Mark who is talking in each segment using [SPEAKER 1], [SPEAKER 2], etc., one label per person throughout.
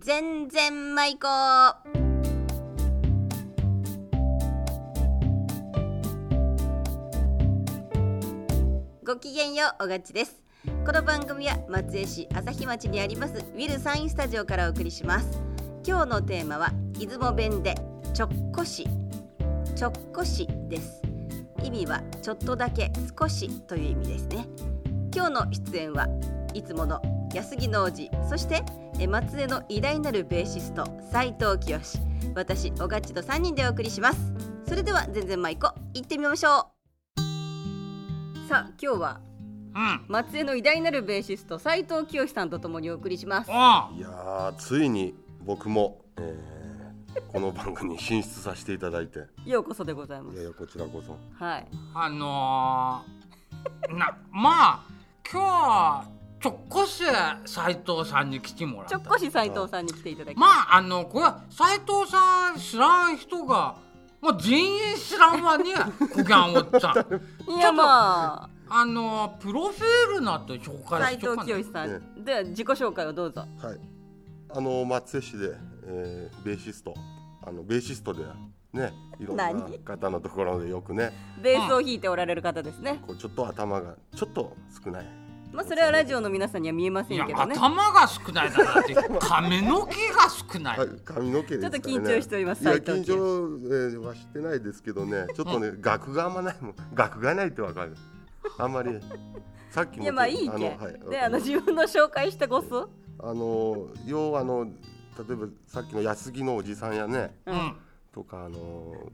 [SPEAKER 1] 全然舞子はごきげんようおがちですこの番組は松江市朝日町にありますウィルサインスタジオからお送りします今日のテーマは出雲弁でちょっこしちょっこしです意味はちょっとだけ少しという意味ですね今日の出演はいつもの安木の王子そしてえ松江の偉大なるベーシスト斉藤清私小勝と3人でお送りしますそれでは全然舞子行ってみましょうさあ今日は
[SPEAKER 2] うん。
[SPEAKER 1] 松江の偉大なるベーシスト斉藤清さんとともにお送りします
[SPEAKER 2] あ
[SPEAKER 3] いやーついに僕も、えーこの番組に進出させていただいて
[SPEAKER 1] ようこそでございま
[SPEAKER 3] い
[SPEAKER 1] す
[SPEAKER 3] やいやこちらこそ
[SPEAKER 1] はい
[SPEAKER 2] あのー、な、まあ、今日、ちょっこし斎藤さんに来てもらっ。
[SPEAKER 1] ちょったこし斉藤さんに来ていただき
[SPEAKER 2] まあ、あの、これは斎藤さん知らん人が、まあ、全員知らんわね、こぎゃんおっちゃん。
[SPEAKER 1] いやま
[SPEAKER 2] あのー、プロフィールなんて紹
[SPEAKER 1] あ
[SPEAKER 2] 介
[SPEAKER 1] 斉
[SPEAKER 2] しと
[SPEAKER 1] 藤
[SPEAKER 2] かな
[SPEAKER 1] 清
[SPEAKER 2] い。
[SPEAKER 1] さ
[SPEAKER 3] え
[SPEAKER 1] んでは自己紹介をどうぞ
[SPEAKER 3] はいあの松江市で、えーベーシストあのベーシストでねいろんな
[SPEAKER 1] 何
[SPEAKER 3] 方のところでよくね
[SPEAKER 1] ベースを弾いておられる方ですね
[SPEAKER 3] こうちょっと頭がちょっと少ない
[SPEAKER 1] まあそれはラジオの皆さんには見えませ
[SPEAKER 2] い
[SPEAKER 1] ん
[SPEAKER 2] や、
[SPEAKER 1] けどねちょ
[SPEAKER 2] 頭が少ないだなって、髪の毛が少ない。
[SPEAKER 3] はい髪の毛ですから、ね、
[SPEAKER 1] ちょっと緊張しております
[SPEAKER 3] いや
[SPEAKER 1] 斉藤
[SPEAKER 3] 緊張、えーはしてないですけどね ちょっとね額があんまないもん額がないってわかるあんまりさっきも
[SPEAKER 1] いやまあいいけ
[SPEAKER 3] あ
[SPEAKER 1] ん
[SPEAKER 3] の
[SPEAKER 1] で
[SPEAKER 3] はい
[SPEAKER 1] あの自分の紹介したごす
[SPEAKER 3] あの要はあの例えばさっきの安木のおじさんやね
[SPEAKER 2] うん。
[SPEAKER 3] とかあの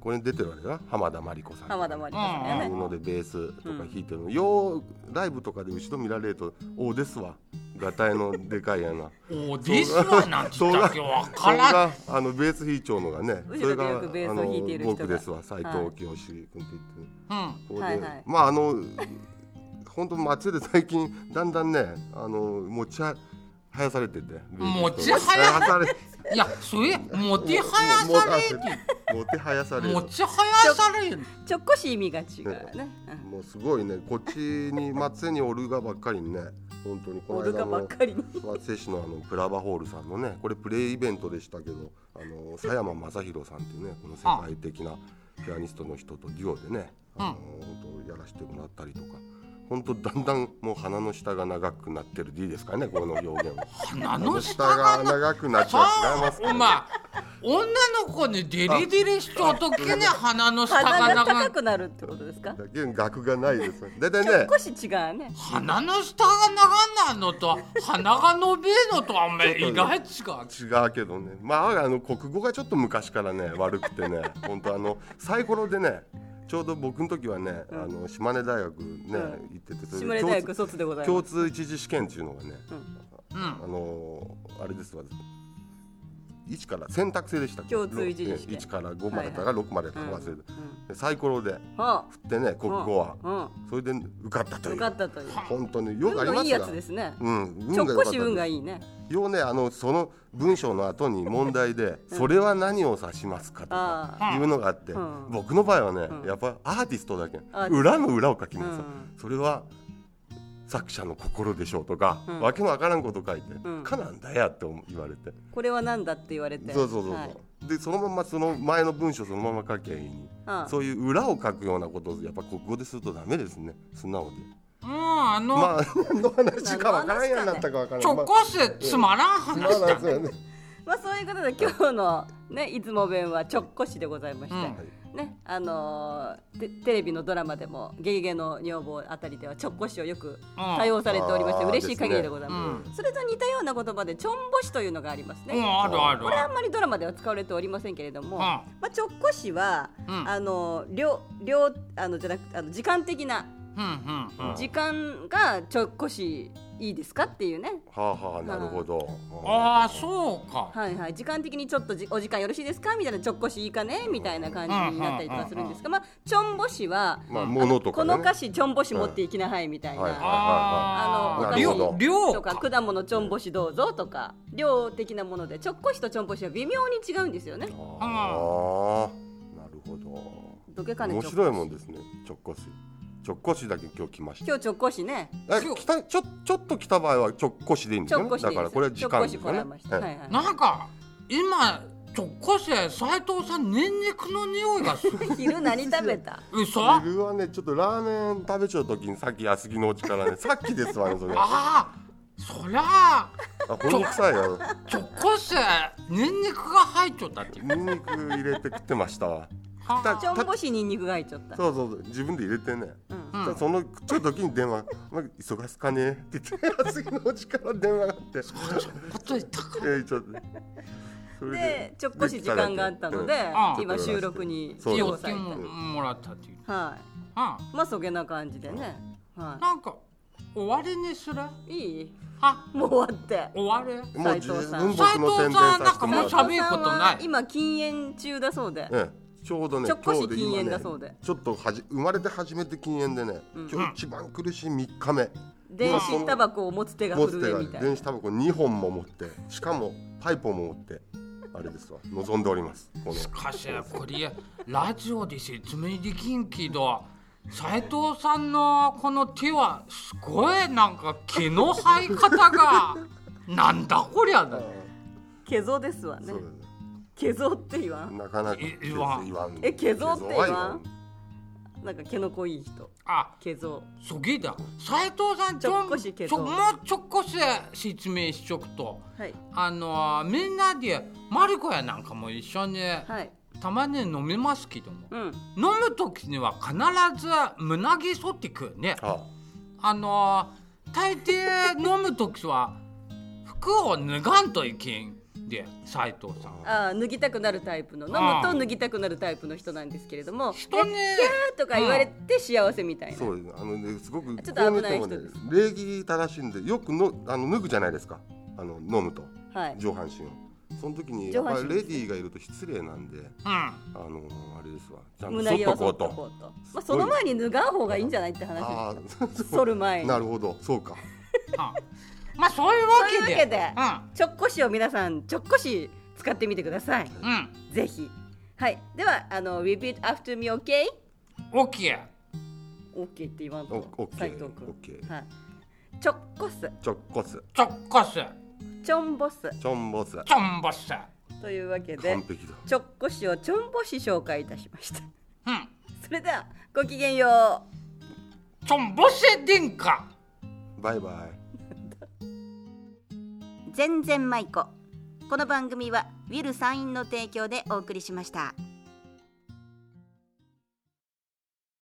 [SPEAKER 3] これに出てるわけだ浜田真理子さん
[SPEAKER 1] 浜田真理子さん
[SPEAKER 3] ああ
[SPEAKER 1] や
[SPEAKER 3] い
[SPEAKER 1] ね
[SPEAKER 3] うのでベースとか弾いてるの、ようライブとかで後ろ見られると「おうですわ」がたいのでかい やな
[SPEAKER 2] おですわなんて言ったっけわからん。
[SPEAKER 3] それがあのベース弾いちゃうのがね
[SPEAKER 1] 後ろでよくベースを弾いている人が
[SPEAKER 3] 僕ですわ斎
[SPEAKER 1] はい
[SPEAKER 3] 藤清君って言ってる。
[SPEAKER 2] うん。
[SPEAKER 3] ここで
[SPEAKER 1] はいはい
[SPEAKER 3] まああの本当街で最近だんだんねあの持ちはやされてて
[SPEAKER 2] 持ちはや
[SPEAKER 3] され
[SPEAKER 2] いや、それ、もてはやされる。
[SPEAKER 3] もてはやされ
[SPEAKER 2] も
[SPEAKER 3] る
[SPEAKER 2] てはやされる。
[SPEAKER 1] ちょっこし意味が違うねうん
[SPEAKER 3] もうすごいねこっちに松江にオルガばっかりにね本当にこの
[SPEAKER 1] オル
[SPEAKER 3] 間
[SPEAKER 1] ガばっ
[SPEAKER 3] も
[SPEAKER 1] かり に
[SPEAKER 3] 松江市のあのプラバホールさんのねこれプレイイベントでしたけどあの佐山雅弘さんっていうねこの世界的なピアニストの人とデュオでねあの本当やらせてもらったりとか本当だんだんもう鼻の下が長くなってるでいいですかねこの表現は
[SPEAKER 2] 鼻の下
[SPEAKER 3] 鼻
[SPEAKER 2] が
[SPEAKER 3] の下が長くなっち
[SPEAKER 2] さ
[SPEAKER 3] ゃいま
[SPEAKER 2] あ
[SPEAKER 3] す、
[SPEAKER 2] お前、女の子にデレデレしちゃうときに鼻の下が
[SPEAKER 1] 鼻が
[SPEAKER 2] なくな
[SPEAKER 1] 高
[SPEAKER 2] る。
[SPEAKER 1] くなるってことですか
[SPEAKER 3] だけど額がないですねだいたい
[SPEAKER 1] ちょっ
[SPEAKER 3] ね
[SPEAKER 1] こし違うね
[SPEAKER 2] 鼻の下がながんないのと、鼻が伸びるのと、あんまり意外違う。
[SPEAKER 3] 違うけどねまああの国語がちょっと昔からね悪くてね 本当あのサイコロでねちょうど僕の時はね、あの島根大学ね、行ってて
[SPEAKER 1] 島根
[SPEAKER 3] 共
[SPEAKER 1] 大
[SPEAKER 3] 通
[SPEAKER 1] 学卒でござい
[SPEAKER 3] 共
[SPEAKER 1] ます
[SPEAKER 3] 通一次試験っていうのがね、
[SPEAKER 2] う
[SPEAKER 3] あ
[SPEAKER 2] ん。
[SPEAKER 3] のーあれですわ1から選択制でしたっけ
[SPEAKER 1] 共通一次試験
[SPEAKER 3] ね1から5までだから6までだか
[SPEAKER 1] うん
[SPEAKER 3] 忘れた、
[SPEAKER 1] うん
[SPEAKER 3] でサイコロで
[SPEAKER 1] は
[SPEAKER 3] 振ってね国語は、
[SPEAKER 1] あ
[SPEAKER 3] それで受かったと
[SPEAKER 1] うん受
[SPEAKER 3] いう
[SPEAKER 1] かったという
[SPEAKER 3] 本当によ
[SPEAKER 1] 運
[SPEAKER 3] くありま
[SPEAKER 1] のいい
[SPEAKER 3] す
[SPEAKER 1] や
[SPEAKER 3] が
[SPEAKER 1] つですね
[SPEAKER 3] うん、運
[SPEAKER 1] ちょっ
[SPEAKER 3] が良か
[SPEAKER 1] こ
[SPEAKER 3] った
[SPEAKER 1] し運がいいね
[SPEAKER 3] ようねあのその文章の後に問題で「それは何を指しますか?」と
[SPEAKER 1] あ
[SPEAKER 2] あ
[SPEAKER 3] かいうのがあって、
[SPEAKER 1] うん
[SPEAKER 3] 僕の場合はね、
[SPEAKER 1] うん
[SPEAKER 3] やっぱアーティストだけん
[SPEAKER 1] あ
[SPEAKER 3] 裏の裏を書きます、
[SPEAKER 1] うん
[SPEAKER 3] それは作者の心でしょうとか、
[SPEAKER 1] うん
[SPEAKER 3] わけのわからんこと書いて「
[SPEAKER 1] うん
[SPEAKER 3] かなんだや」って言われて、
[SPEAKER 1] これはなんだって言われて
[SPEAKER 3] そうそうそうそう、
[SPEAKER 1] はい
[SPEAKER 3] でそのままその前の文章そのまま書きゃいいに、
[SPEAKER 1] ああ
[SPEAKER 3] そういう裏を書くようなことをやっぱ国語でするとダメですね素直で
[SPEAKER 2] うん、あの、
[SPEAKER 3] まあ何の話かわからんやになったかわからん
[SPEAKER 2] ちょっ
[SPEAKER 3] まあ
[SPEAKER 2] こせつまらん
[SPEAKER 3] ま
[SPEAKER 2] 話
[SPEAKER 3] あ
[SPEAKER 2] だ
[SPEAKER 3] まあ。そうやね
[SPEAKER 1] まあそういうことで今日のね出雲弁はちょっこしでございまして、
[SPEAKER 2] うん
[SPEAKER 3] はい
[SPEAKER 1] ねあのーテテレビのドラマでも「ゲゲゲの女房」あたりではちょっこしをよく多用されておりまして、
[SPEAKER 3] うん
[SPEAKER 1] 嬉しい限りでござい
[SPEAKER 2] あ
[SPEAKER 1] ま
[SPEAKER 2] ー
[SPEAKER 1] す、それと似たような言葉で「ちょんぼし」というのがあります
[SPEAKER 2] う
[SPEAKER 1] ね、
[SPEAKER 2] ん、あるある
[SPEAKER 1] これはあ
[SPEAKER 2] あ
[SPEAKER 1] ん
[SPEAKER 2] る。
[SPEAKER 1] まりドラマでは使われておりませんけれども、
[SPEAKER 2] うん
[SPEAKER 1] まあ、ちょっこしは、
[SPEAKER 2] うん
[SPEAKER 1] あの両両あのじゃなくあの時間的な
[SPEAKER 2] うん、うん、うん。
[SPEAKER 1] 時間がちょっこしいいですかっていうね
[SPEAKER 3] はあはあなるほど。
[SPEAKER 2] ああ、そうか。
[SPEAKER 1] はいはい、時間的にちょっとじお時間よろしいですかみたいなちょっこしいいかねみたいな感じになったりとかするんですが、まあ、ちょんぼしは、
[SPEAKER 3] まあ物とか
[SPEAKER 1] こ
[SPEAKER 3] ね。
[SPEAKER 1] の菓子ちょんぼし持っていきなはいみたいな、
[SPEAKER 3] はいはい
[SPEAKER 2] あ
[SPEAKER 1] あ
[SPEAKER 2] あ
[SPEAKER 1] の
[SPEAKER 3] なるほど
[SPEAKER 2] 量量
[SPEAKER 1] とか果物ちょんぼしどうぞとか量的なものでちょっこしとちょんぼしは微妙に違うんですよね。
[SPEAKER 3] ああなるほど。
[SPEAKER 1] どけかね
[SPEAKER 3] 面白いもんですね。直行水。直行市だけ今日来ました
[SPEAKER 1] 今日直行市ね
[SPEAKER 3] え
[SPEAKER 2] 今日
[SPEAKER 3] 来たちょちょっと来た場合は直行市でいいんですよ
[SPEAKER 1] 直
[SPEAKER 3] ね
[SPEAKER 1] 行市でいいです
[SPEAKER 3] だからこれは時間で
[SPEAKER 1] 直行
[SPEAKER 3] す
[SPEAKER 1] 市来ら
[SPEAKER 3] よ
[SPEAKER 1] れま
[SPEAKER 3] ね
[SPEAKER 1] した、
[SPEAKER 3] は
[SPEAKER 1] はいいはい
[SPEAKER 2] なんか今直行生斉藤さんニンニクの匂いがする
[SPEAKER 1] 昼何食べた
[SPEAKER 2] 嘘あ
[SPEAKER 3] 僕はねちょっとラーメン食べちゃう時にさっき安木のうちから ねさっきですわねそれあ
[SPEAKER 2] あそりゃあ
[SPEAKER 3] ほんに臭いよ
[SPEAKER 2] 直行生ニンニクが入っちゃったっていう
[SPEAKER 3] ニンニク入れて食ってましたわ
[SPEAKER 2] はあ
[SPEAKER 1] ちょんぼしにんにくが入っちゃった
[SPEAKER 3] そうそうそう自分で入れてね、
[SPEAKER 2] ん
[SPEAKER 3] そのちょっと時に電話「まあ、忙し かね?」って言って安木のうちから電話があって
[SPEAKER 2] こと言ったか
[SPEAKER 3] えーちょっとそれ
[SPEAKER 1] でちょっこし時間があったので、
[SPEAKER 2] ああ
[SPEAKER 1] 今収録に
[SPEAKER 3] そう
[SPEAKER 1] 利
[SPEAKER 3] です
[SPEAKER 1] 用
[SPEAKER 2] 預
[SPEAKER 1] され
[SPEAKER 2] 金
[SPEAKER 1] て
[SPEAKER 2] ももらったっていう、
[SPEAKER 1] は
[SPEAKER 2] あ
[SPEAKER 1] いまあそげな感じでね、は
[SPEAKER 2] なんか終わりにする
[SPEAKER 1] い、いい
[SPEAKER 2] あ
[SPEAKER 1] もう終わって
[SPEAKER 2] 終わり
[SPEAKER 3] もう
[SPEAKER 1] 斉
[SPEAKER 3] 十
[SPEAKER 1] 藤
[SPEAKER 3] 分
[SPEAKER 1] さん
[SPEAKER 3] 僕の宣伝させてもら
[SPEAKER 2] も
[SPEAKER 3] っ
[SPEAKER 2] う
[SPEAKER 3] た
[SPEAKER 2] 喋ること
[SPEAKER 1] 斉藤
[SPEAKER 2] ない
[SPEAKER 1] さんは今禁煙中だそうで、
[SPEAKER 3] ええ、ちょうどね
[SPEAKER 1] ちょっこし
[SPEAKER 3] ちょうど今
[SPEAKER 1] 禁煙だそうで
[SPEAKER 3] ね、ちょっとはじ生まれて初めて禁煙でね、今日一番苦しい3日目
[SPEAKER 1] 電子タバコを持つ手が
[SPEAKER 3] 持つ
[SPEAKER 1] 震
[SPEAKER 3] 手
[SPEAKER 1] え
[SPEAKER 3] が
[SPEAKER 1] みたいな
[SPEAKER 3] 電子タバコ2本も持ってしかもパイプも持ってあれですわ望んでおりますこの
[SPEAKER 2] しかしこれラジオで説明できんけど斉藤さんのこの手はすごいなんか毛の生え方が なんだこりゃだ
[SPEAKER 1] 毛ぞですわね
[SPEAKER 3] そうです
[SPEAKER 1] 毛ぞって言わん
[SPEAKER 3] ねなかなか
[SPEAKER 2] い言わん
[SPEAKER 3] 言わん
[SPEAKER 1] え毛ぞって言わん
[SPEAKER 3] 毛ぞは
[SPEAKER 1] なんか毛の濃い人
[SPEAKER 2] あ
[SPEAKER 1] 毛ぞ
[SPEAKER 2] そげだ斉藤さんち
[SPEAKER 1] ちょ
[SPEAKER 2] ょ
[SPEAKER 1] っ
[SPEAKER 2] ん
[SPEAKER 1] こし毛
[SPEAKER 2] ちょ
[SPEAKER 1] ど
[SPEAKER 2] もうちょっこし説明しちょくと
[SPEAKER 1] はい
[SPEAKER 2] あのーみんなでマリコやなんかも一緒に
[SPEAKER 1] はい
[SPEAKER 2] たまに飲みますけども、
[SPEAKER 1] うん
[SPEAKER 2] 飲む時には必ず胸毛剃ってくよね
[SPEAKER 3] あ
[SPEAKER 2] あのー、大抵飲む時は服を脱がんといけんで斉藤さん
[SPEAKER 1] あ
[SPEAKER 2] は
[SPEAKER 1] あ脱ぎたくなるタイプの飲むと脱ぎたくなるタイプの人なんですけれども
[SPEAKER 2] 人に
[SPEAKER 1] 「あーとか言われて幸せみたいな、
[SPEAKER 3] そうですねあのねすごく
[SPEAKER 1] ちょっと危ない
[SPEAKER 3] こ
[SPEAKER 1] 人
[SPEAKER 3] う見てもね
[SPEAKER 1] です
[SPEAKER 3] 礼儀正しいんでよくのあの脱ぐじゃないですかあの飲むと
[SPEAKER 1] はい
[SPEAKER 3] 上半身をその時にや
[SPEAKER 1] 上
[SPEAKER 3] っぱ
[SPEAKER 1] 半身
[SPEAKER 3] りレディーがいると失礼なんで
[SPEAKER 2] うん
[SPEAKER 3] あのあれですわちゃんと
[SPEAKER 1] 胸
[SPEAKER 3] 剃っ
[SPEAKER 1] 毛
[SPEAKER 3] と
[SPEAKER 1] は
[SPEAKER 3] こ
[SPEAKER 1] 剃っと
[SPEAKER 3] うと
[SPEAKER 1] こうとまあその前に脱がん方がいいんじゃないって話
[SPEAKER 3] ああ
[SPEAKER 1] です 剃る前に
[SPEAKER 3] なるほどそうか
[SPEAKER 2] あまあそういうわ
[SPEAKER 1] そういうわ
[SPEAKER 2] けで
[SPEAKER 1] けでちょっこしを皆さんちょっこし使ってみてください
[SPEAKER 2] うんうん
[SPEAKER 1] ぜひはいではあの repeat after me OK?
[SPEAKER 2] OK
[SPEAKER 1] OK って言わん
[SPEAKER 3] お
[SPEAKER 1] と
[SPEAKER 3] オッケ
[SPEAKER 1] 斉
[SPEAKER 3] ー
[SPEAKER 1] 藤
[SPEAKER 3] オッケ
[SPEAKER 1] 君
[SPEAKER 3] ー
[SPEAKER 1] はいちょっこす
[SPEAKER 3] ちょっこす
[SPEAKER 2] ちょっこす
[SPEAKER 1] ちょんぼす
[SPEAKER 3] ちょんぼす
[SPEAKER 2] ちょんぼす
[SPEAKER 1] というわけで
[SPEAKER 3] 完璧だ
[SPEAKER 1] ちょっこしをちょんぼし紹介いたしました
[SPEAKER 2] うん
[SPEAKER 1] それではごきげんよう
[SPEAKER 2] ちょんぼせ殿下
[SPEAKER 3] バイバイ
[SPEAKER 1] 全然舞子この番組はウィル・サインの提供でお送りしました。